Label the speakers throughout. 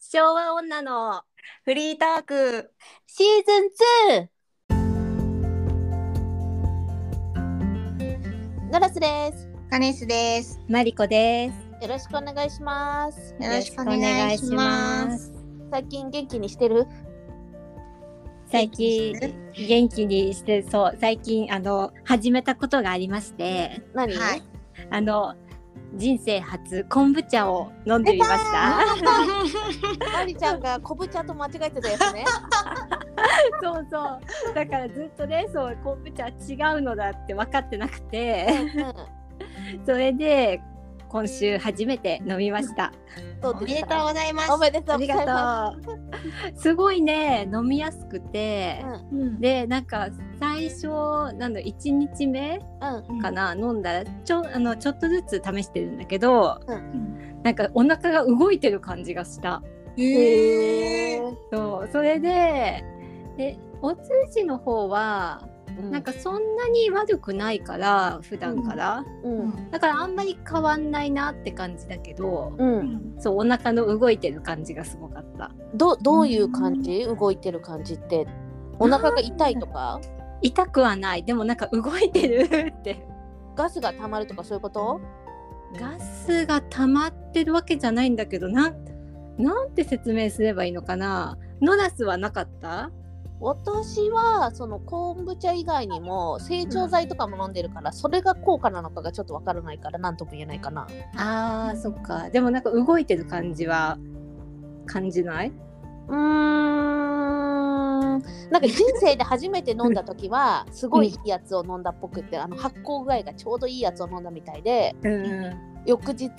Speaker 1: 昭和女の
Speaker 2: フリーターク
Speaker 1: シーズン2ドラスです
Speaker 2: カネスです
Speaker 3: マリコです。
Speaker 1: よろしくお願いします
Speaker 2: よろしくお願いします
Speaker 3: す。
Speaker 1: 最近元気にしてる
Speaker 3: 最近元気にしてそう最近あの始めたことがありまして
Speaker 1: 何、
Speaker 2: はい
Speaker 3: あの人生初昆布茶を飲んでみました。
Speaker 1: マリちゃんが昆布茶と間違えてたやつね
Speaker 3: そうそうだからずっとねそう昆布茶違うのだって分かってなくてそれで今週初めて飲みました。
Speaker 1: うんど
Speaker 2: お
Speaker 1: う
Speaker 2: め
Speaker 1: で
Speaker 2: で
Speaker 1: した
Speaker 2: とうございます
Speaker 1: おめでと
Speaker 3: あ
Speaker 1: うご
Speaker 3: り
Speaker 1: ざいま
Speaker 3: がとう。すごいね飲みやすく
Speaker 1: す
Speaker 3: て、
Speaker 2: うん
Speaker 3: でなんか最初なんだ1日目
Speaker 1: うんうん
Speaker 3: かな、飲んだらちょあのちょっとずつ試してるんだけど、
Speaker 1: うん
Speaker 3: なんかお腹が動いてる感じがした
Speaker 1: へ
Speaker 2: へー
Speaker 1: ー
Speaker 3: そうそれででお通じの方は
Speaker 1: うん
Speaker 3: なんかそんなに悪くないから普段から、
Speaker 1: うん
Speaker 3: だからあんまり変わんないなって感じだけど、
Speaker 1: う
Speaker 2: うんん
Speaker 3: そうお腹の動いてる感じがすごかった
Speaker 1: どどういう感じ動いてる感じってお腹が痛いとか
Speaker 3: 痛くはないでもなんか動いてるって
Speaker 1: ガスが溜まるとかそういうこと
Speaker 3: ガスが溜まってるわけじゃないんだけどなんなんて説明すればいいのかなノラスはなかった
Speaker 1: 私はその昆布茶以外にも成長剤とかも飲んでるから、それが効果なのかがちょっとわからないから何とも言えないかな
Speaker 3: あーそっかでもなんか動いてる感じは感じないう
Speaker 1: ーんなんか人生で初めて飲んだ時はすごいいいやつを飲んだっぽくってあの発酵具合がちょうどいいやつを飲んだみたいで
Speaker 3: うん
Speaker 1: 翌日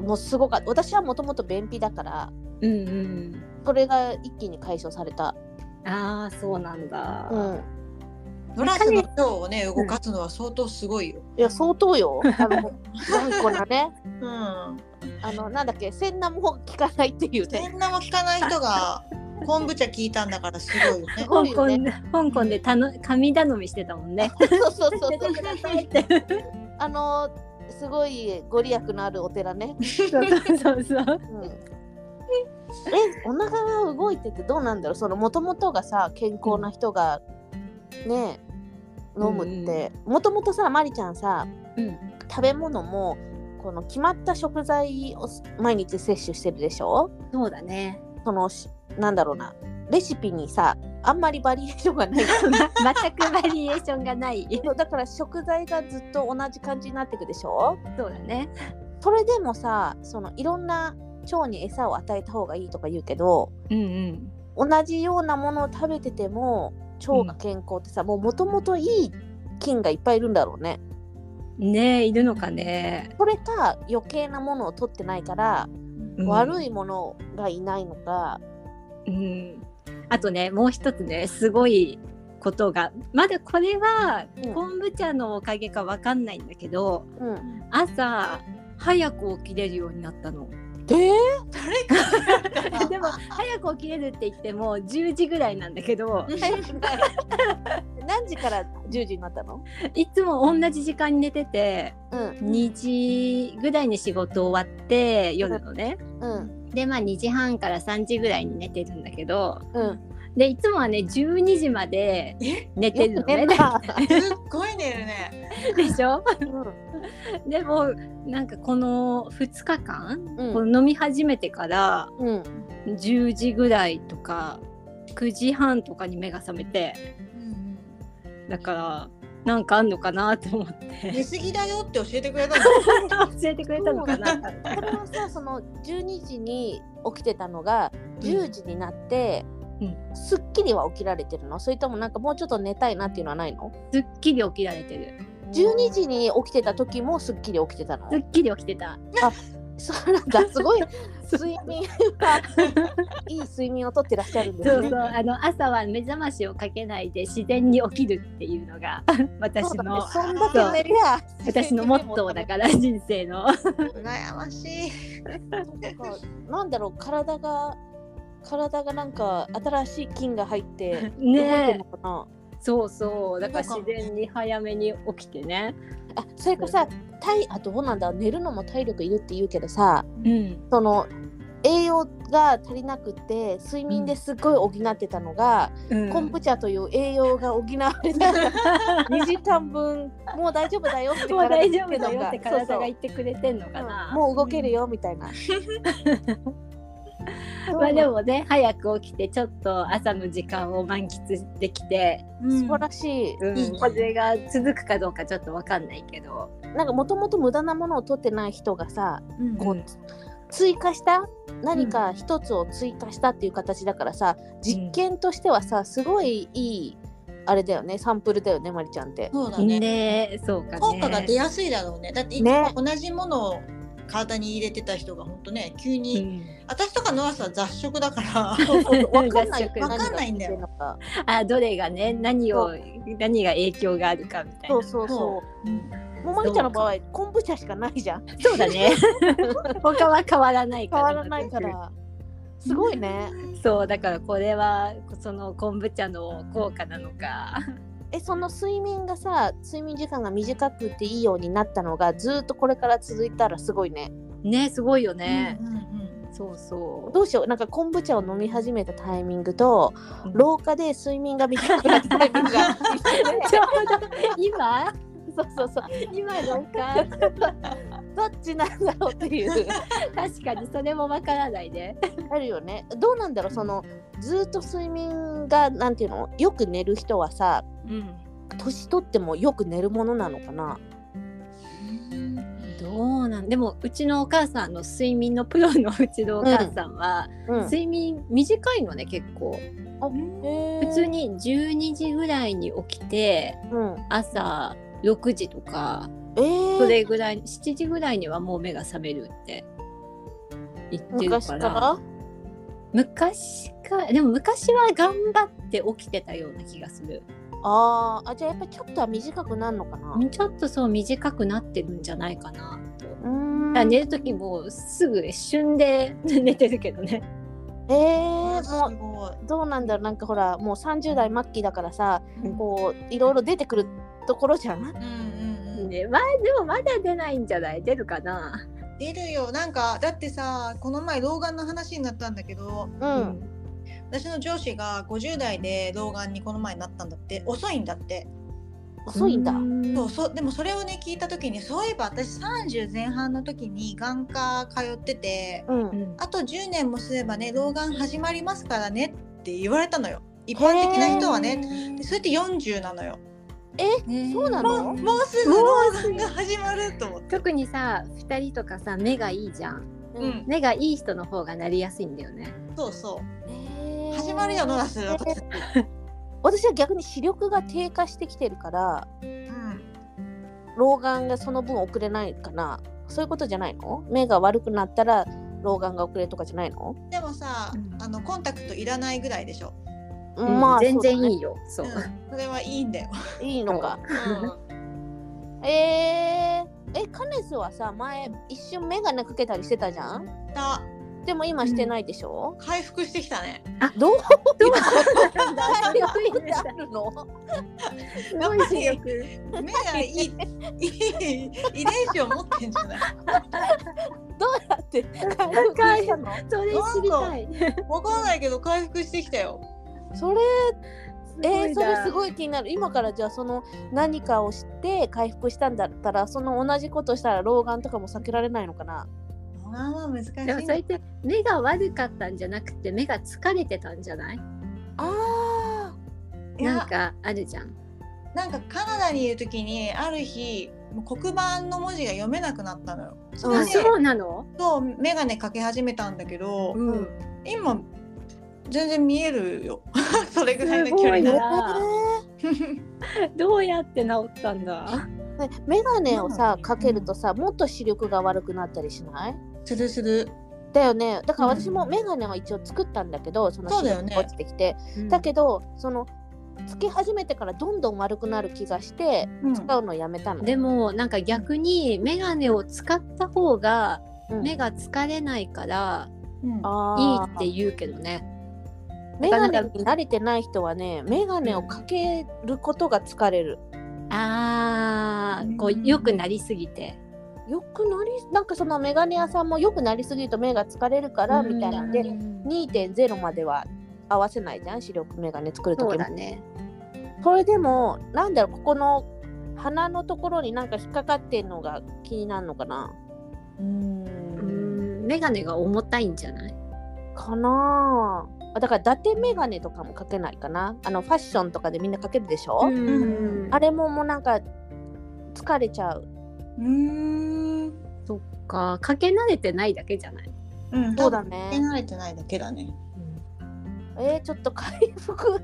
Speaker 1: もうすごかった私はもともと便秘だから
Speaker 3: うんうん
Speaker 1: それが一気に解消された、
Speaker 3: あーそうなんだ、
Speaker 1: うん、
Speaker 2: ドラスの腸をね動かすのは相当すごいよ
Speaker 1: いや相当 よあの頑固なね
Speaker 2: うん
Speaker 1: あのなんだっけ洗脳も効かないっていうね
Speaker 2: そんなも聞かない人が昆布茶聞いたんだからすごいよ ね
Speaker 1: ごい
Speaker 3: 香港
Speaker 1: よね
Speaker 3: で、香港でたの神頼みしてたもんね。
Speaker 1: そうそうそう
Speaker 3: 出
Speaker 1: そう
Speaker 3: てくださいって。
Speaker 1: あのすごいご利益のあるお寺ね。
Speaker 3: そうそうそうそう。
Speaker 1: うん、えお腹が動いててどうなんだろうそのもともとがさ健康な人がね飲むってもともとさまりちゃんさ
Speaker 3: うん、
Speaker 1: 食べ物もこの決まった食材を毎日摂取してるでしょ
Speaker 3: そうだね。
Speaker 1: そのしなんだろうなレシピにさあんまりバリエーションがない
Speaker 3: ま全くバリエーションがない。
Speaker 1: だから食材がずっと同じ感じになってくでしょ
Speaker 3: そうだね。
Speaker 1: それでもさそのいろんな腸に餌を与えた方がいいとか言うけど
Speaker 3: うんうん。
Speaker 1: 同じようなものを食べてても腸が健康ってさ、もうもともといい菌がいっぱいいるんだろうね。
Speaker 3: ねえいるのかね。
Speaker 1: それか余計なものを取ってないから、
Speaker 3: うん
Speaker 1: 悪いものがいないのか
Speaker 3: うん、あとねもう一つねすごいことがまだこれは
Speaker 1: うん
Speaker 3: 昆布茶のおかげかわかんないんだけど、
Speaker 1: うん、
Speaker 3: 朝早く起きれるようになった の。
Speaker 1: え
Speaker 3: でも早く起きれるって言っても10時ぐらいなんだけど
Speaker 1: 何時から10時になったの、
Speaker 3: いつも同じ時間に寝てて
Speaker 1: うん
Speaker 3: 2時ぐらいに仕事終わって夜のね。
Speaker 1: うん
Speaker 3: でまあ2時半から3時ぐらいに寝てるんだけど
Speaker 1: うん、
Speaker 3: でいつもはね12時まで寝てるのね。
Speaker 1: な
Speaker 2: すっごい寝るね
Speaker 3: でしょ
Speaker 1: うん
Speaker 3: でもなんかこの2日間、
Speaker 1: うん
Speaker 3: この飲み始めてから
Speaker 1: うん、
Speaker 3: 10時ぐらいとか9時半とかに目が覚めてだからなんかあんのかなと思っ
Speaker 2: 寝
Speaker 3: て
Speaker 2: すぎだよって教えてくれた
Speaker 3: 教えてくれたのかな
Speaker 1: それはさその12時に起きてたのが10時になって、
Speaker 3: うん
Speaker 1: すっきりは起きられてるのそれともなんかもうちょっと寝たいなっていうのはないの
Speaker 3: すっきり起きられてる
Speaker 1: ?12 時に起きてた時もすっきり起きてたの
Speaker 3: すっきり起きてた
Speaker 1: そうなんだ すごい睡眠がいい睡眠をとってらっしゃるんで
Speaker 3: そ
Speaker 1: す
Speaker 3: う
Speaker 1: ね
Speaker 3: そうあの朝は目覚ましをかけないで自然に起きるっていうの が私
Speaker 1: だね
Speaker 3: の
Speaker 1: そんだけ寝りゃ
Speaker 3: 私のモットーだから人生の
Speaker 2: の羨ましい
Speaker 1: なんかなんだろう体が体がなんか新しい菌が入って動いてる
Speaker 3: ね
Speaker 1: のかな、
Speaker 3: えそうそうだから自然に早めに起きてね
Speaker 1: あそれかさ体あどうなんだ寝るのも体力いるって言うけどさ
Speaker 3: うん
Speaker 1: その栄養が足りなくて睡眠ですっごい補ってたのが、
Speaker 3: うん
Speaker 1: 昆布茶という栄養が補われた 2時間分もう大丈夫だよ って
Speaker 3: もう
Speaker 1: 体
Speaker 3: 大
Speaker 1: に
Speaker 3: 丈
Speaker 1: 言っ
Speaker 3: 夫だ
Speaker 1: てた
Speaker 3: よ
Speaker 1: の
Speaker 3: って
Speaker 1: そうそ
Speaker 3: 体が
Speaker 1: う
Speaker 3: 言ってくれてんのかな。
Speaker 1: もう動けるよみ たいな。そう
Speaker 3: まあでもね早く起きてちょっと朝の時間を満喫できて、
Speaker 1: 素晴らしい。
Speaker 3: うん
Speaker 2: いいね
Speaker 3: 風が続くかどうかちょっとわかんないけど、
Speaker 1: なんかもともと無駄なものを取ってない人がさ、
Speaker 2: うん
Speaker 1: こ
Speaker 3: う
Speaker 1: うん追加した何か一つを追加したっていう形だからさ、実験としてはさすごいいいあれだよねサンプルだよねまりちゃんって。
Speaker 2: そうだね
Speaker 3: ねそうかね
Speaker 2: 効果が出やすいだろうねだっていつ
Speaker 1: ね
Speaker 2: も同じものを体に入れてた人が本当ね急
Speaker 3: う
Speaker 2: に、
Speaker 3: ん
Speaker 2: 私とかノアさんは雑食だから
Speaker 1: わかん
Speaker 3: 雑
Speaker 1: ない
Speaker 3: 食
Speaker 2: わかんないんだよ
Speaker 1: 何が効いてる
Speaker 3: あどれがね何を
Speaker 1: そ
Speaker 3: 何が影響があるかみたい
Speaker 1: のか。そ
Speaker 3: な
Speaker 1: うそう
Speaker 2: そ
Speaker 1: そう。 もうまりちゃんの場合昆布茶しかないじゃん。
Speaker 3: そうだね 他は変わらないか
Speaker 1: 変
Speaker 3: ら
Speaker 1: わらないから。 すごいね。
Speaker 3: そうだからこれはその昆布茶の効果なのか
Speaker 1: えその睡眠がさ睡眠時間が短くていいようになったのがずーっとこれから続いたらすごいね
Speaker 3: ねすごいよ
Speaker 2: ね
Speaker 3: ね、
Speaker 2: うんうん
Speaker 3: そうそう
Speaker 1: どうしようなんか昆布茶を飲み始めたタイミングと
Speaker 3: うん
Speaker 1: 廊下で睡眠が短くなったタイミングが
Speaker 3: ち ょうど今
Speaker 1: そうそうそう
Speaker 3: 今のか
Speaker 1: どっちなんだろうっていう
Speaker 3: 確かにそれもわからないね。
Speaker 1: あるよねどうなんだろうそのずーっと睡眠がなんていうのよく寝る人はさ
Speaker 3: うん、
Speaker 1: 年取ってもよく寝るものなのかな
Speaker 2: うん
Speaker 3: どうなんでもうちのお母さんの睡眠のプロのうちのお母さんは、
Speaker 1: うん
Speaker 3: 睡眠短いのね結構普
Speaker 1: 普
Speaker 3: 通、に12時ぐらいに起きて
Speaker 1: うん、
Speaker 3: 朝6時とか
Speaker 1: えー、
Speaker 3: それぐらい7時ぐらいにはもう目が覚めるって言ってる
Speaker 1: 昔
Speaker 3: か
Speaker 1: からら
Speaker 3: 昔かでも昔は頑張って起きてたような気がする
Speaker 1: あーあじゃあやっぱりちょっとは短くなるのかな
Speaker 3: ちょっとそう短くなってるんじゃないかなと
Speaker 1: うーん
Speaker 3: あ寝る時もすぐ一瞬で 寝てるけどね。
Speaker 1: え
Speaker 2: あ
Speaker 1: ー、
Speaker 2: す
Speaker 1: もう
Speaker 2: ごい
Speaker 1: どうなんだろうなんかほらもう30代末期だからさ
Speaker 3: うん
Speaker 1: こういろいろ出てくるところじゃん
Speaker 2: うんうんうん
Speaker 3: ねまあでもまだ出ないんじゃない出るかな。
Speaker 2: 出るよなんかだってさこの前老眼の話になったんだけど
Speaker 1: うん、
Speaker 2: 私の上司が50代で老眼にこの前なったんだって遅いんだって
Speaker 1: 遅いんだ
Speaker 3: う
Speaker 2: そうそでもそれをね聞いた時にそういえば私30前半の時に眼科通ってて
Speaker 1: うん、
Speaker 3: うん
Speaker 2: あと10年もすればね老眼始まりますからねって言われたのよ一般的な人はねでそれって40なのよ
Speaker 3: ね
Speaker 1: そうな
Speaker 2: も
Speaker 1: の
Speaker 2: うもうすぐ老眼が始まると思って
Speaker 3: 特にさ2人とかさ目がいいじゃん。
Speaker 2: う、ん
Speaker 3: 目がいい人の方がなりやすいんだよね。
Speaker 2: そうそ
Speaker 1: えー
Speaker 2: う始まるよノラス、
Speaker 1: えー私は逆に視力が低下してきてるから
Speaker 2: うん、
Speaker 1: 老眼がその分遅れないかなそういうことじゃないの目が悪くなったら老眼が遅れとかじゃないの、
Speaker 2: でもさ、
Speaker 3: うん
Speaker 2: あのコンタクトいらないぐらいでしょ、、
Speaker 1: うんまあ
Speaker 3: 全然
Speaker 1: そう
Speaker 3: いいよ。そううん
Speaker 2: それはいいん だよ、
Speaker 1: だねいいのか
Speaker 2: う
Speaker 1: えー、えカネスはさ前一瞬眼鏡かけたりしてたじゃん
Speaker 2: ん、だ
Speaker 1: でも今してないでしょ、
Speaker 2: 回復してきたね
Speaker 1: どう
Speaker 3: どう
Speaker 1: 体 力
Speaker 3: どう
Speaker 1: ってあるの
Speaker 3: すごい視力。
Speaker 2: 目がいいいい遺伝子を持ってんじゃない
Speaker 1: どうやっ て回復したの
Speaker 3: それ知りたい。
Speaker 2: わかんないけど回復してきたよ。
Speaker 1: それえー、それす
Speaker 3: い
Speaker 1: ごい気になる今からじゃあその何かをして回復したんだったらその同じことしたら老眼とかも避けられないのかな
Speaker 2: まあまあ難しい
Speaker 3: な。でもそれって目が悪かったんじゃなくて目が疲れてたんじゃない
Speaker 1: あ
Speaker 2: い
Speaker 3: なん
Speaker 2: や
Speaker 3: かあるじゃん。
Speaker 2: なんかカナダにいる時にある日もう黒板の文字が読めなくなったのよ。そ
Speaker 1: うん
Speaker 2: れ
Speaker 3: あ
Speaker 2: で
Speaker 3: そうなの、
Speaker 2: そう眼鏡かけ始めたんだけど、
Speaker 1: ん
Speaker 2: 今全然見えるよ。 それぐらいの距
Speaker 3: すご
Speaker 2: 離
Speaker 3: い
Speaker 2: だ。
Speaker 3: な
Speaker 1: あ
Speaker 3: どうやって治ったんだ
Speaker 1: ね眼鏡をさ
Speaker 2: うん
Speaker 1: かけるとさもっと視力が悪くなったりしない
Speaker 2: するする。
Speaker 1: だよねだから私も眼鏡は一応作ったんだけどその
Speaker 2: そう
Speaker 1: 視
Speaker 2: だよ
Speaker 1: 力
Speaker 2: ね
Speaker 1: が落ちてきてだけどそのつけ始めてからどんどん悪くなる気がして
Speaker 2: うん
Speaker 1: 使うのやめたの、
Speaker 3: でもなんか逆に眼鏡を使った方が
Speaker 1: うん
Speaker 3: 目が疲れないから
Speaker 2: うん
Speaker 1: あ
Speaker 3: いい
Speaker 1: ー
Speaker 3: って言うけどね。
Speaker 1: メガネに慣れてない人はね、メガネをかけることが疲れる。
Speaker 3: あーこ
Speaker 2: うん
Speaker 3: う良くなりすぎて。
Speaker 1: よくなりなんかそのメガネ屋さんもよくなりすぎると目が疲れるからみたいなんで、
Speaker 3: うん
Speaker 1: 2.0までは合わせないじゃん視力メガネ作る
Speaker 3: そ
Speaker 1: 時
Speaker 3: う
Speaker 1: も
Speaker 3: だね。
Speaker 1: それでもなんだろうここの鼻のところになんか引っかかってんのが気になるのかな
Speaker 2: うん
Speaker 3: うん、メガネが重たいんじゃない？
Speaker 1: かなああだから伊達メガネとかもかけないかなあのファッションとかでみんなかけるでしょ、
Speaker 3: うん
Speaker 1: あれももうなんか疲れちゃう
Speaker 2: うん
Speaker 3: そっか、かけ慣れてないだけじゃない？
Speaker 2: うん
Speaker 1: そうだ
Speaker 2: 多分
Speaker 1: ね
Speaker 2: 慣れてないだけだね
Speaker 1: えー、ちょっと回 復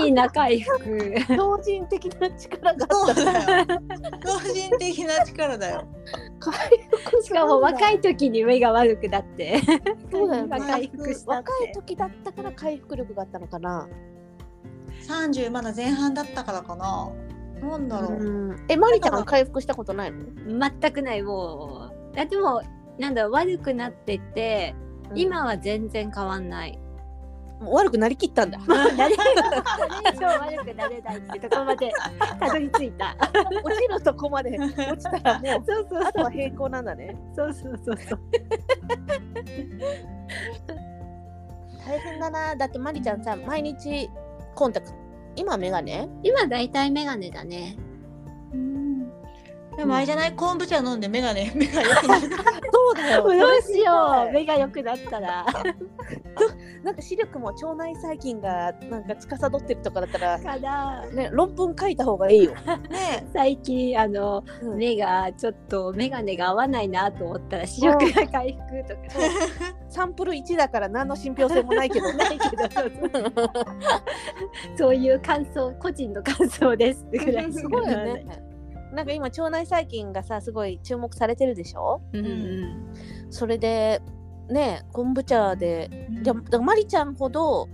Speaker 3: いいな回復。
Speaker 1: 強靭的な力があ
Speaker 2: そ
Speaker 1: っ
Speaker 2: う
Speaker 1: たら
Speaker 2: だよ老人的な力だよ
Speaker 1: 回復
Speaker 3: しかも若
Speaker 1: い
Speaker 3: い時に目が悪くなって、
Speaker 1: そうだよね
Speaker 3: 今回復したっ
Speaker 1: 若い
Speaker 3: て。
Speaker 1: 時だったから回復力があったのかな、
Speaker 2: 30まだ前半だったからかななんだろ う、
Speaker 1: うん、えマリちゃんは回復したことないの、
Speaker 3: 全くないもう。だってもうなんだろう悪くなってて、今は全然変わん ない。
Speaker 1: もう悪くなりきったん だ落
Speaker 3: 誰も誰以上悪くなれないってとこまでたどり着いた。
Speaker 1: ちるとこまで落ちたらもう
Speaker 3: そうそう
Speaker 1: あとは平行なんだね
Speaker 3: そうそうそうそう。
Speaker 1: 大変だなだってマリちゃんさ毎日コンタクト今メガネ
Speaker 3: 今だいたいメガネだね。
Speaker 2: うんでもあれじゃない昆布茶飲んで眼鏡 目が良くなる
Speaker 1: そうだよ
Speaker 3: どうしよう
Speaker 1: め
Speaker 3: 目が良くなったら
Speaker 1: なんか視力も腸内細菌がなんか司ってるとかだったら、
Speaker 3: から
Speaker 1: ね、論文書いた方がいいよ、
Speaker 2: ね
Speaker 3: 最近あの
Speaker 1: うん
Speaker 3: 目がちょっと眼鏡が合わないなと思ったら視力が回復とか
Speaker 1: サンプル1だから何の信憑性もないけど
Speaker 3: ない けどそうそうそういう感想個人の感想ですってぐらいし
Speaker 1: す
Speaker 3: か
Speaker 1: ごい
Speaker 3: な
Speaker 1: よ
Speaker 3: らない
Speaker 1: ねなんか今腸内細菌がさすごい注目されてるでしょ
Speaker 3: うん
Speaker 1: それでね昆布茶でじゃだからマリちゃんほど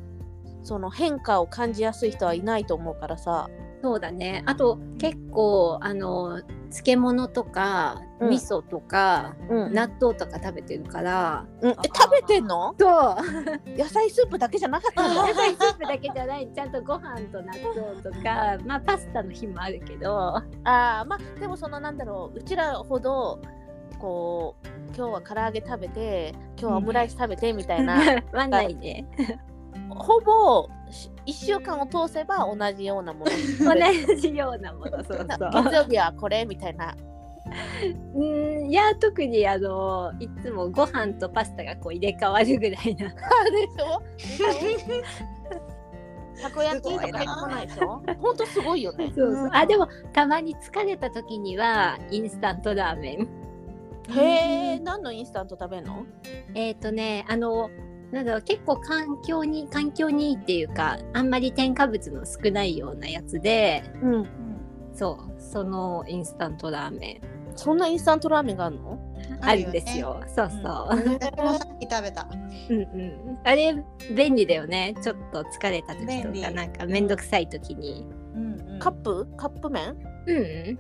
Speaker 1: その変化を感じやすい人はいないと思うからさ
Speaker 3: そうだねあと結構あの漬物とか
Speaker 1: うん
Speaker 3: 味噌とか、
Speaker 1: うん、
Speaker 3: 納豆とか食べてるから
Speaker 1: うんえ食べてんの
Speaker 3: そう
Speaker 1: 野菜スープだけじゃなかったの
Speaker 3: 野菜スープだけじゃないちゃんとご飯と納豆と かまあパスタの日もあるけど
Speaker 1: あーまあでもそのなんだろううちらほどこう今日は唐揚げ食べて今日はオムライス食べてみたいな、
Speaker 3: はない ね
Speaker 1: ほぼ1週間を通せば同じような もの
Speaker 3: 同じようなものそう
Speaker 1: な
Speaker 3: そう
Speaker 1: 月曜日はこれみたいな
Speaker 3: うんいや特にあのいつもご飯とパスタがこう入れ替わるぐらいな
Speaker 1: でしょたこ焼きとか入ってこないでしょほんとすごいよね
Speaker 3: そうそうあでもたまに疲れた時にはインスタントラーメン
Speaker 1: へえ何のインスタント食べんの
Speaker 3: えっ、とねあのなんだろう結構環境に環境にいいっていうかあんまり添加物の少ないようなやつで
Speaker 1: うん
Speaker 3: そうそのインスタントラーメン
Speaker 1: そんなインスタントラーメンがあるの
Speaker 3: あるんですよ。そうそう。
Speaker 2: 私もさっき食べた
Speaker 3: うんうん。あれ便利だよね。ちょっと疲れた時
Speaker 2: 便
Speaker 3: とか
Speaker 2: 利
Speaker 3: なんかめんどくさい時に。
Speaker 1: カップカップ麺
Speaker 3: うんうん。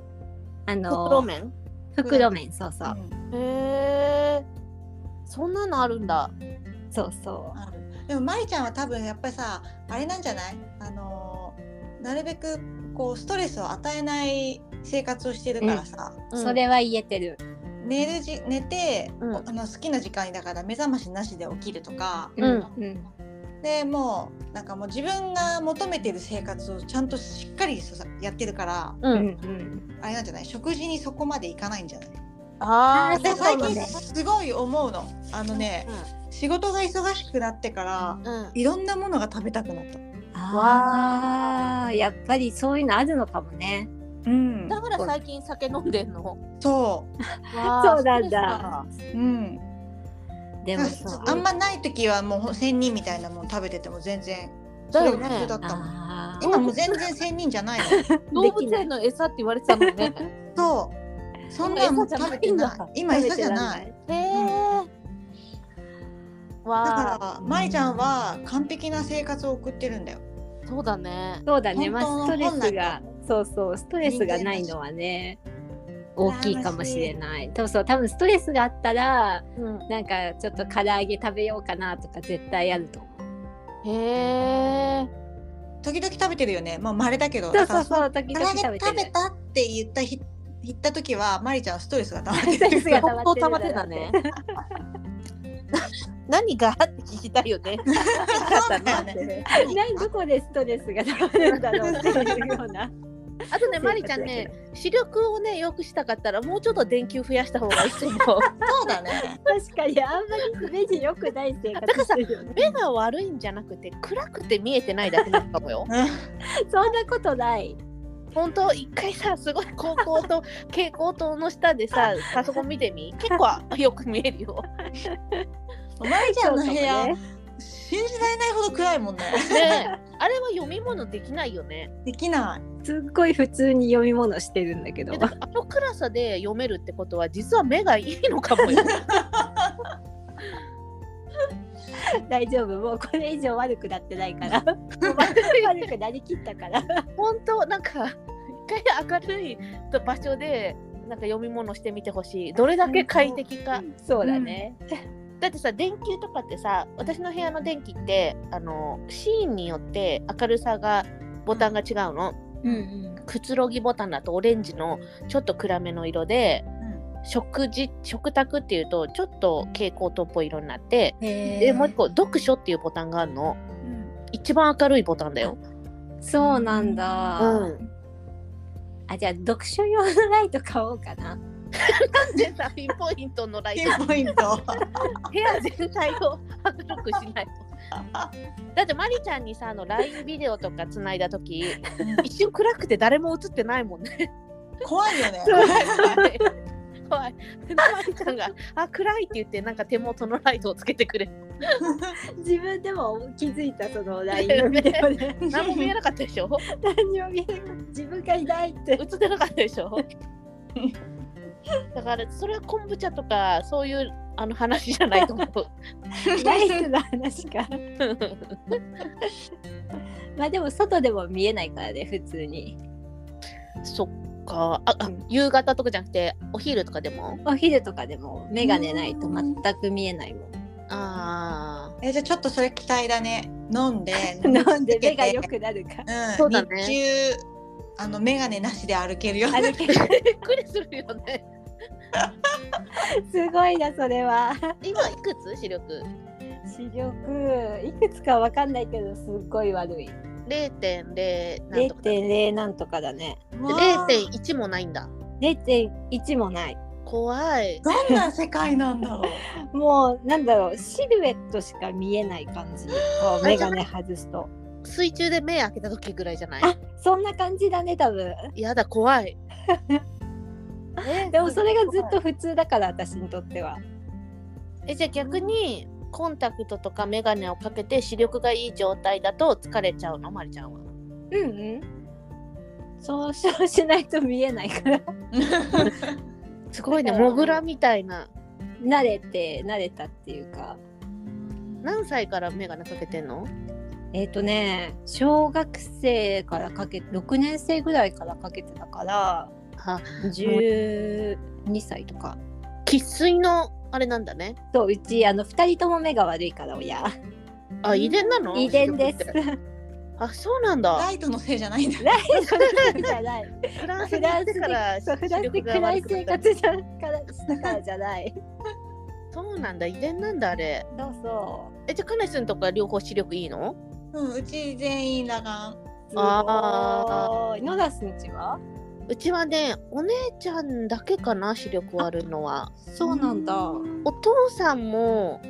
Speaker 3: あ
Speaker 1: 袋
Speaker 3: の
Speaker 1: 麺
Speaker 3: 袋麺そうそう
Speaker 2: うん
Speaker 1: へえそんなのあるんだ
Speaker 3: そうそう。
Speaker 2: あるでもまりちゃんは多分やっぱりさあれなんじゃないあのーなるべくこうストレスを与えない生活をしてるからさ、
Speaker 1: うん
Speaker 3: それは言えてる。
Speaker 2: 寝るじ寝て、
Speaker 1: うん
Speaker 2: あの好きな時間にだから目覚ましなしで起きるとか
Speaker 1: うん
Speaker 3: うん。
Speaker 2: でもうなんかもう自分が求めてる生活をちゃんとしっかりさやってるから
Speaker 1: う、
Speaker 3: うんん
Speaker 2: あれなんじゃない食事にそこまでいかないんじゃない
Speaker 1: ああ
Speaker 3: あー
Speaker 2: で
Speaker 3: そうか
Speaker 2: 最
Speaker 3: もね
Speaker 2: 近すごい思うのあのね仕事が忙しくなってから
Speaker 1: うん、うん、
Speaker 2: いろんなものが食べたくなった。
Speaker 3: ああやっぱりそういうのあるのかもね。
Speaker 2: うん
Speaker 1: だから最近酒飲んで んの。
Speaker 2: そ
Speaker 3: そうなんだ
Speaker 1: わあ。ストレス
Speaker 2: う、うん、
Speaker 3: でもそう。
Speaker 2: あんまない時はもう仙人みたいなもん食べてても全然
Speaker 1: だよ
Speaker 2: それが普通
Speaker 1: ね
Speaker 2: だ。ったもん
Speaker 3: あー
Speaker 2: 今もう全然仙人じゃないの
Speaker 1: 動物園の餌って言われてたもんね。
Speaker 2: そうそんなんもう食べてない今餌じゃない。
Speaker 1: へえ。
Speaker 2: だ
Speaker 1: わあ。
Speaker 2: からまりちゃんは完璧な生活を送ってるんだよ
Speaker 1: そうだね。
Speaker 3: そうだね。まあス
Speaker 2: 本
Speaker 3: ト
Speaker 2: 当の
Speaker 3: レ
Speaker 2: 本来
Speaker 3: スがそうそうストレスがないのはね大きいかもしれない。多分そう多分ストレスがあったら
Speaker 1: うん。
Speaker 3: なんかちょっと唐揚げ食べようかなとか絶対やると思 う。
Speaker 1: へえ。
Speaker 2: 時々食べてるよねまあまれだけど
Speaker 3: そう
Speaker 2: だ
Speaker 3: そ
Speaker 2: か
Speaker 3: う
Speaker 2: ら
Speaker 3: そう時々
Speaker 2: 唐揚
Speaker 3: 食べ
Speaker 2: げ
Speaker 3: て
Speaker 2: 食べ
Speaker 3: る。
Speaker 2: たって言った日行った時はマリちゃんストレスが溜ま っ
Speaker 3: スト
Speaker 2: て
Speaker 3: レ
Speaker 2: る
Speaker 3: スが
Speaker 1: 本当
Speaker 3: 溜
Speaker 1: 溜
Speaker 3: ま
Speaker 1: ま
Speaker 3: っ
Speaker 1: ってて
Speaker 3: る
Speaker 1: たね。何がって聞きたいよ ね。
Speaker 2: そうだよね
Speaker 3: 何どこでストレスが溜まるんだろうっていうような。
Speaker 1: あとね、まりちゃんね、視力をね、良くしたかったら、もうちょっと電球増やした方がいいと思う。
Speaker 2: そう だね
Speaker 3: 確かにあんまり目に良くない生活してるよね。
Speaker 1: 目が悪いんじゃなくて、暗くて見えてないだけなのか もよ。
Speaker 3: そんなことない。
Speaker 1: 本当一回さ、すごい高校と 蛍光灯の下でさ、パソコン見てみ。結構よく見えるよ。
Speaker 2: マリちゃんの部
Speaker 3: そうかも
Speaker 2: 屋
Speaker 3: ね
Speaker 2: 信じられないほど暗いもんね
Speaker 1: ねえあれは読み物できないよね。
Speaker 2: できない
Speaker 3: すっごい普通に読み物してるんだけど
Speaker 1: え。だからあの暗さで読めるってことは、実は目がいいのかもよ。
Speaker 3: 大丈夫もうこれ以上悪くなってないから。もう悪くなりきったから。
Speaker 1: 本当なんか一回明るい場所でなんか読み物してみてほしいどれだけ快適か
Speaker 3: そうだね。
Speaker 1: だってさ電球とかってさ私の部屋の電気ってあのシーンによって明るさがボタンが違うの
Speaker 2: うんうん
Speaker 1: くつろぎボタンだとオレンジのちょっと暗めの色で食事食卓っていうとちょっと蛍光灯っぽい色になってでもう一個読書っていうボタンがあるの一番明るいボタンだよ、
Speaker 3: そうなんだ。
Speaker 1: うん、
Speaker 3: あじゃあ読書用のライト買おうかな。
Speaker 1: でさピンポイントのライ
Speaker 2: ピ
Speaker 1: ト
Speaker 2: ンポイント
Speaker 1: 部屋全体を明るくし ないと。だってマリちゃんにさあの LINE ビデオとかつないだ時一瞬暗くて誰も映ってないもんね。
Speaker 2: 怖いよね
Speaker 1: 怖い。でマリちゃんが「あ暗い」って言ってなんか手元のライトをつけてくれ
Speaker 3: 自分でも気づいたそのラインのビデオ で
Speaker 1: 何も見えなかったでしょ
Speaker 3: 何を見えなかった自分がいないって
Speaker 1: 映ってなかったでしょだからそれは昆布茶とかそういうあの話じゃないと思う。
Speaker 3: ラ イトの話か。まあでも外でも見えないからね普通に。
Speaker 1: そっかああ夕方とかじゃなくてお昼とかでも
Speaker 3: お昼とかでも眼鏡ないと全く見えないもん。
Speaker 1: ああ
Speaker 2: えじゃあちょっとそれ期待だね飲んで
Speaker 3: 飲んで目が
Speaker 2: よ
Speaker 3: 良くなるか。
Speaker 2: うん、
Speaker 1: そうだね
Speaker 2: 日中あの眼鏡なしで歩けるように
Speaker 3: 歩ける
Speaker 1: びっくりするよね。
Speaker 3: すごいなそれは。
Speaker 1: 今いくつ視力
Speaker 3: 視力いくつかわかんないけどすっごい悪い。
Speaker 1: 0.0なんとか
Speaker 3: 0.0なんとかだね。
Speaker 2: わあ
Speaker 1: 0.1もないんだ
Speaker 3: 0.1もない。
Speaker 1: 怖い
Speaker 2: どんな世界なんだろ う
Speaker 3: もうなんだろうシルエットしか見えない感じ。こう眼鏡外すと。
Speaker 1: 水中で目開けた時ぐらいじゃない
Speaker 3: あそんな感じだね多分。
Speaker 1: やだ 怖いえ
Speaker 3: でもそれがずっと普通だから私にとっては。
Speaker 1: えじゃあ逆にコンタクトとか眼鏡をかけて視力がいい状態だと疲れちゃうのまりちゃんは
Speaker 3: うんうん。そうししないと見えないから。
Speaker 1: すごいね
Speaker 3: だから
Speaker 1: モグラみたいな
Speaker 3: 慣れて慣れたっていうか。
Speaker 1: 何歳から眼鏡かけてんの
Speaker 3: えっ、とね小学生からかけ6年生ぐらいからかけてたから
Speaker 1: あ
Speaker 3: 12歳とか。
Speaker 1: 生粋のあれなんだね
Speaker 3: とうちあの2人とも目が悪いから親
Speaker 1: あ遺伝なの
Speaker 3: 遺伝です
Speaker 1: 視力ってあそうなんだ
Speaker 2: ライトのせいじゃないんだ
Speaker 3: ライトじゃ ない
Speaker 1: フランス
Speaker 3: フ
Speaker 1: に
Speaker 3: ラ
Speaker 1: 行
Speaker 3: ン
Speaker 1: っ
Speaker 3: ス
Speaker 1: て
Speaker 3: で
Speaker 1: から
Speaker 3: そうフ
Speaker 1: 視
Speaker 3: ランスで
Speaker 1: 力が
Speaker 3: 暗
Speaker 1: 悪
Speaker 3: い
Speaker 1: く
Speaker 3: 生
Speaker 1: なった
Speaker 3: 活だからしたからじゃない
Speaker 1: そうなんだ遺伝なんだあれ
Speaker 3: そうそ
Speaker 1: えじゃあカネスんとか両方視力いいの
Speaker 2: うんうち全員裸眼
Speaker 3: うす
Speaker 1: あ
Speaker 3: ごい野田すんちは
Speaker 1: うちはねお姉ちゃんだけかな視力悪いのは
Speaker 3: そうなんだ
Speaker 1: お父さんも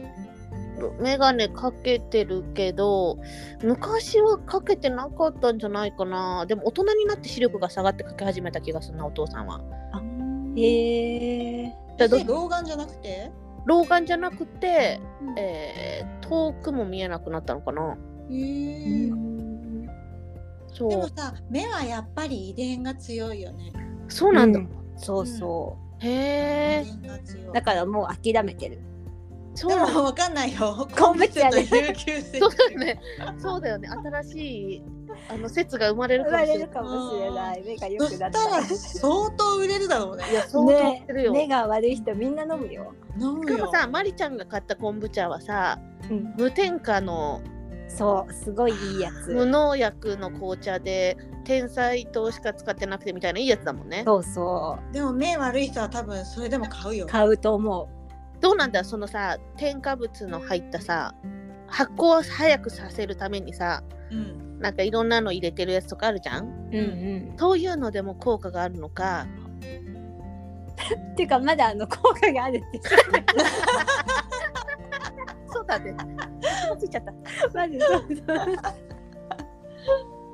Speaker 1: 眼鏡かけてるけど昔はかけてなかったんじゃないかなでも大人になって視力が下がってかけ始めた気がするなお父さんは
Speaker 3: へえ
Speaker 1: だから
Speaker 2: え老眼じゃなくて
Speaker 1: 老眼じゃなくて、
Speaker 2: うん
Speaker 1: えー遠くも見えなくなったのかな
Speaker 2: で
Speaker 1: そ
Speaker 2: も
Speaker 1: う
Speaker 2: さ目はやっぱり遺伝が強いよね
Speaker 1: そうなんだ、
Speaker 3: うそうそ
Speaker 1: へ
Speaker 2: 遺
Speaker 1: え
Speaker 2: 伝が強
Speaker 3: う
Speaker 2: い
Speaker 3: だからもう諦めてる
Speaker 1: そう
Speaker 2: で
Speaker 1: なんだ
Speaker 2: もわかんないよ
Speaker 3: 昆布茶
Speaker 2: と
Speaker 3: で
Speaker 2: 有給性
Speaker 1: そうだよね。そうだよね。新しいあの説が生まれる
Speaker 3: 生
Speaker 1: か
Speaker 3: ま
Speaker 1: もしれ
Speaker 3: れ
Speaker 1: な
Speaker 3: る
Speaker 1: い。
Speaker 3: かもしれない目が良
Speaker 2: そ
Speaker 3: く
Speaker 2: し
Speaker 3: な
Speaker 2: た
Speaker 3: っ
Speaker 2: ら
Speaker 3: たら
Speaker 2: 相当売れるだろうね
Speaker 1: いや、そう思っ
Speaker 3: ね
Speaker 1: てるよ。
Speaker 3: 目が悪い人みんな飲むよ、
Speaker 2: 飲む
Speaker 1: しか
Speaker 2: よ
Speaker 1: もさ、まりちゃんが買った昆布茶はさ、
Speaker 3: うん、
Speaker 1: 無添加の
Speaker 3: そうすごいいいやつ
Speaker 1: 無農薬の紅茶で、天才糖しか使ってなくてみたいないいやつだもんね
Speaker 3: そうそ
Speaker 2: でも目悪い人は多分それでも買うよ
Speaker 3: う。買うと思う
Speaker 1: どうなんだそのさ添加物の入ったさ発酵を早くさせるためにさ
Speaker 2: うん。
Speaker 1: なんかいろんなの入れてるやつとかあるじゃん
Speaker 3: うんうん
Speaker 1: そういうのでも効果があるのか
Speaker 3: っていうかまだあの効果があるって知らなかっ
Speaker 1: そうだ ねついちゃった
Speaker 3: たマジそうそう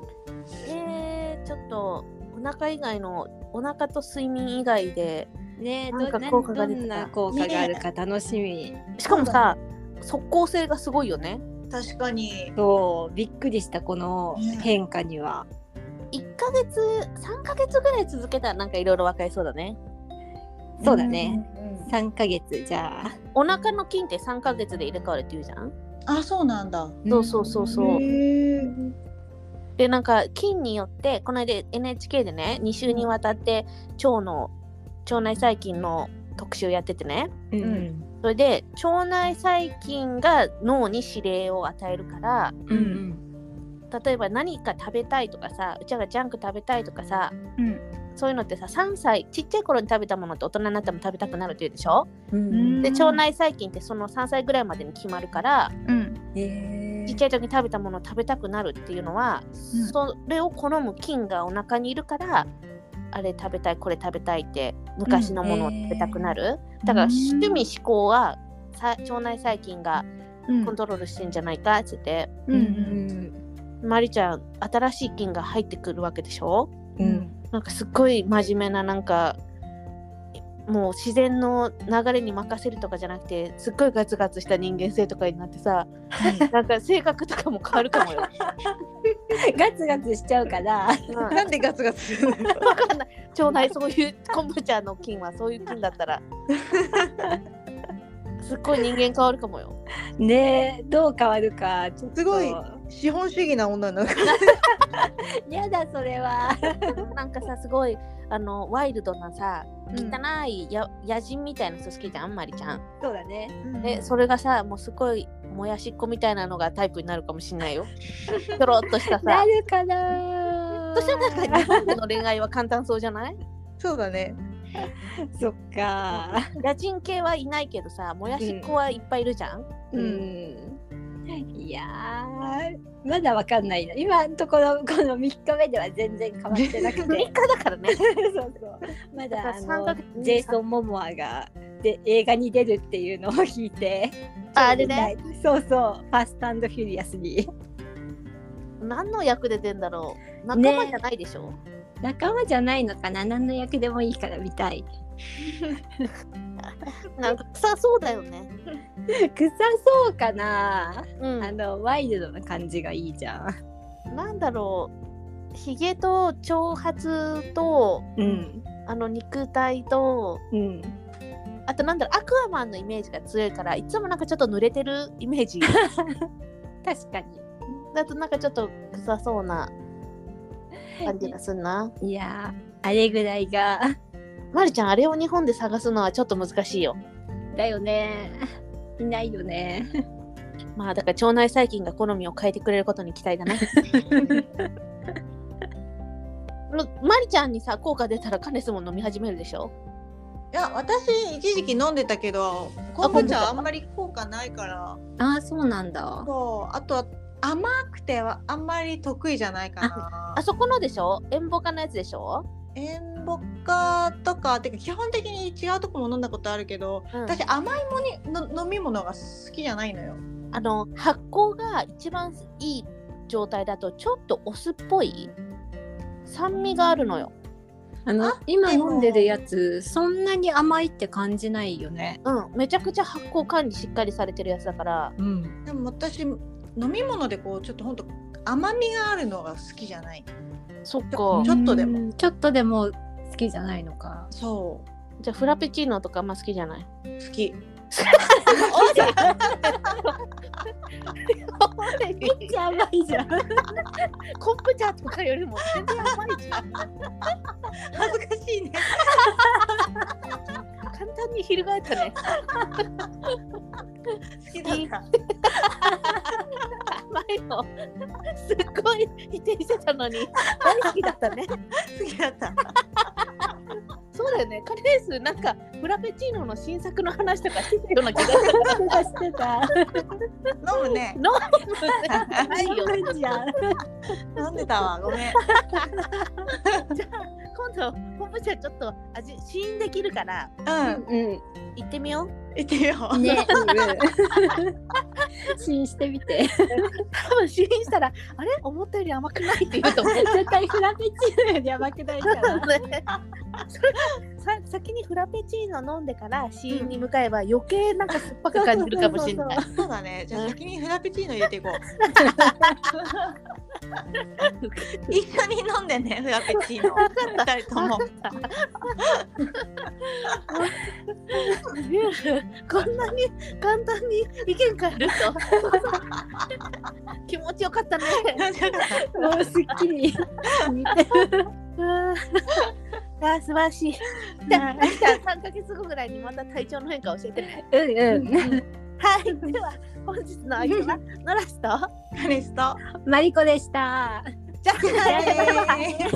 Speaker 1: えー、ちょっとお腹以外のお腹と睡眠以外で
Speaker 3: ねえ
Speaker 1: な
Speaker 3: ど
Speaker 1: んか
Speaker 3: な
Speaker 1: 効果が
Speaker 3: ど
Speaker 1: 出てた
Speaker 3: んな効果があるか楽しみ、
Speaker 1: しかもさ即効性がすごいよね
Speaker 2: 確かに。
Speaker 3: そうびっくりしたこの
Speaker 2: ね
Speaker 3: 変化には、
Speaker 1: 1ヶ月3ヶ月ぐらい続けたらなんかいろいろ分かりそうだね
Speaker 3: そうだね
Speaker 2: うんうんうん。
Speaker 3: 3ヶ月じゃあ
Speaker 1: お腹の菌って3ヶ月で入れ替わるって言うじゃん
Speaker 2: あ、そうなんだ。
Speaker 1: そうそうそうそう
Speaker 2: へえ。
Speaker 1: でなんか菌によってこの間 NHK でね2週にわたって腸の腸内細菌の特集やっててね
Speaker 3: うん
Speaker 1: それで腸内細菌が脳に指令を与えるから
Speaker 3: うんうん
Speaker 1: 例えば何か食べたいとかさうちらがジャンク食べたいとかさ
Speaker 2: うん。
Speaker 1: そういうのってさ3歳ちっちゃい頃に食べたものって大人になっても食べたくなるっていうでしょ
Speaker 3: うん
Speaker 1: で
Speaker 2: うん
Speaker 1: 腸内細菌ってその3歳ぐらいまでに決まるから
Speaker 2: うん。
Speaker 3: え
Speaker 1: ちっちゃい時に食べたものを食べたくなるっていうのは、
Speaker 2: うん
Speaker 1: それを好む菌がお腹にいるからあれ食べたいこれ食べたいって昔のものを食べたくなる、だから趣味思考はさ腸内細菌が
Speaker 2: うん
Speaker 1: コントロールしてんじゃないかっつって、
Speaker 2: う
Speaker 3: うん
Speaker 2: ん
Speaker 1: まりちゃん新しい菌が入ってくるわけでしょ
Speaker 3: うんうん
Speaker 1: なんかすっごい真面目ななんかもう自然の流れに任せるとかじゃなくてすっごいガツガツした人間性とかになってさなんか性格とかも変わるかもよ。
Speaker 3: ガツガツしちゃうから
Speaker 1: うん
Speaker 2: なんでガツガツするの
Speaker 1: わかんない腸内そういう昆布茶の菌はそういう菌だったらすっごい人間変わるかもよ
Speaker 3: ねえどう変わるかちょっと
Speaker 2: すごい資本主義な女なのか。
Speaker 3: やだそれは
Speaker 1: なんかさすごいあのワイルドなさ
Speaker 2: う
Speaker 1: 汚
Speaker 2: ん
Speaker 1: いや野人みたいな人好きじゃんあんまりちゃん
Speaker 3: そうだね
Speaker 1: でそれがさもうすごいもやしっこみたいなのがタイプになるかもしん ないよひょろっとした
Speaker 3: な
Speaker 1: さ
Speaker 3: るかな
Speaker 1: そしたらなんか日本での恋愛は簡単そうじゃない
Speaker 2: そうだね。
Speaker 3: そっか
Speaker 1: 野人系はいないけどさもやしっこはいっぱいいるじゃん、
Speaker 2: うん
Speaker 3: うんいやーまだわかんないな今のところこの3日目では全然変わってなく
Speaker 1: 3日
Speaker 3: て
Speaker 1: だからね
Speaker 3: そうそうま
Speaker 1: だ
Speaker 3: だ
Speaker 1: から
Speaker 3: あ
Speaker 1: 三
Speaker 3: の
Speaker 1: 角
Speaker 3: ジェイソン・モモアがで映画に出るっていうのを聞いて
Speaker 1: ああれね
Speaker 3: そうそうファーストアンドフュリアスに
Speaker 1: 何の役で出んだろう仲
Speaker 3: ね
Speaker 1: 間じゃないでしょ、
Speaker 3: 仲間じゃないのかな何の役でもいいから見たい
Speaker 1: なんか臭そうだよね
Speaker 3: 臭そうかな、
Speaker 1: う
Speaker 3: あ
Speaker 1: ん
Speaker 3: のワイルドな感じがいいじゃん
Speaker 1: なんだろうひげと長髪と
Speaker 3: うん
Speaker 1: あの肉体と
Speaker 3: うん
Speaker 1: あとなんだろうアクアマンのイメージが強いからいつもなんかちょっと濡れてるイメージ
Speaker 3: 確かに
Speaker 1: だとなんかちょっと臭そうな感じがすんない
Speaker 3: やーあれぐらいが
Speaker 1: まるちゃんあれを日本で探すのはちょっと難しいよ
Speaker 3: だよねいないよね
Speaker 1: まあだから腸内細菌が好みを変えてくれることに期待だ ねまりちゃんにさ効果出たらカネスも飲み始めるでしょ
Speaker 2: いや私一時期飲んでたけど昆布茶はあんまり効果ないから
Speaker 3: ああそうなんだ
Speaker 2: そうあとは甘くてはあんまり得意じゃないかな
Speaker 1: あそこのでしょ塩ボカのやつでしょ、
Speaker 2: 塩ボカとかてか基本的に違うとこも飲んだことあるけど
Speaker 1: うん
Speaker 2: 私甘いものにの飲み物が好きじゃないのよ
Speaker 1: あの発酵が一番いい状態だとちょっとお酢っぽい酸味があるのよ。
Speaker 3: あの
Speaker 2: あ
Speaker 3: 今
Speaker 2: でも
Speaker 3: 飲んでるやつそんなに甘いって感じないよね
Speaker 1: うん、めちゃくちゃ発酵管理しっかりされてるやつだから
Speaker 3: うん
Speaker 2: でも私飲み物でこうちょっとほんと甘みがあるのが好きじゃない
Speaker 1: そっ
Speaker 2: う
Speaker 1: か
Speaker 2: んちょっとでも
Speaker 3: うんちょっとでも好きじゃないのか
Speaker 2: そ
Speaker 1: じゃあフラペチーノとかあんま好きじゃないう
Speaker 2: 好き
Speaker 3: めっちゃ甘いじゃん
Speaker 1: コンプチャーとかよりも全然甘いじゃん
Speaker 2: 恥ずかしいね
Speaker 1: 簡単に翻ったね
Speaker 2: 好きだった
Speaker 1: ばいよ。すっごい否定してたのに、大好きだったね。
Speaker 2: 好きだった。
Speaker 1: そうだよね。カレースなんかフラペチーノの新作の話とかしてたような気がす る。
Speaker 3: してた。
Speaker 2: 飲むね。
Speaker 1: ノーない よ。
Speaker 3: いじゃん。
Speaker 2: 飲んでたわ。ごめん。
Speaker 1: 今度昆布茶ちょっと味試飲できるから
Speaker 2: うん。
Speaker 3: うん。
Speaker 1: 行ってみよう。
Speaker 2: 行ってよう。
Speaker 3: ね。 試飲してみ て。
Speaker 1: 多分試飲したらあれ思ったより甘くないって言うと思う。
Speaker 3: 絶対フラペチーノよりやばくないから。
Speaker 1: ねそれさ先にフラペチーノ飲んでから試飲に向かえば余計なんか酸っぱく感じるかもしれない。
Speaker 2: そうだね。じゃあ先にフラペチーノ入れてい こう。一緒に飲んでね、フラペチーノ。二人とも。
Speaker 1: ビュール こんなに簡単に意見変えると気持ちよかったね。
Speaker 3: もうすっきり。
Speaker 1: うーん あー素晴らしい。じゃあ明日3ヶ月後ぐらいにまた体調の変化を教えてね。
Speaker 3: うんうん。
Speaker 1: はい。では本日の相手はノラスと。
Speaker 2: カリスト。
Speaker 3: マリコでした。
Speaker 1: じゃあ
Speaker 2: じゃあね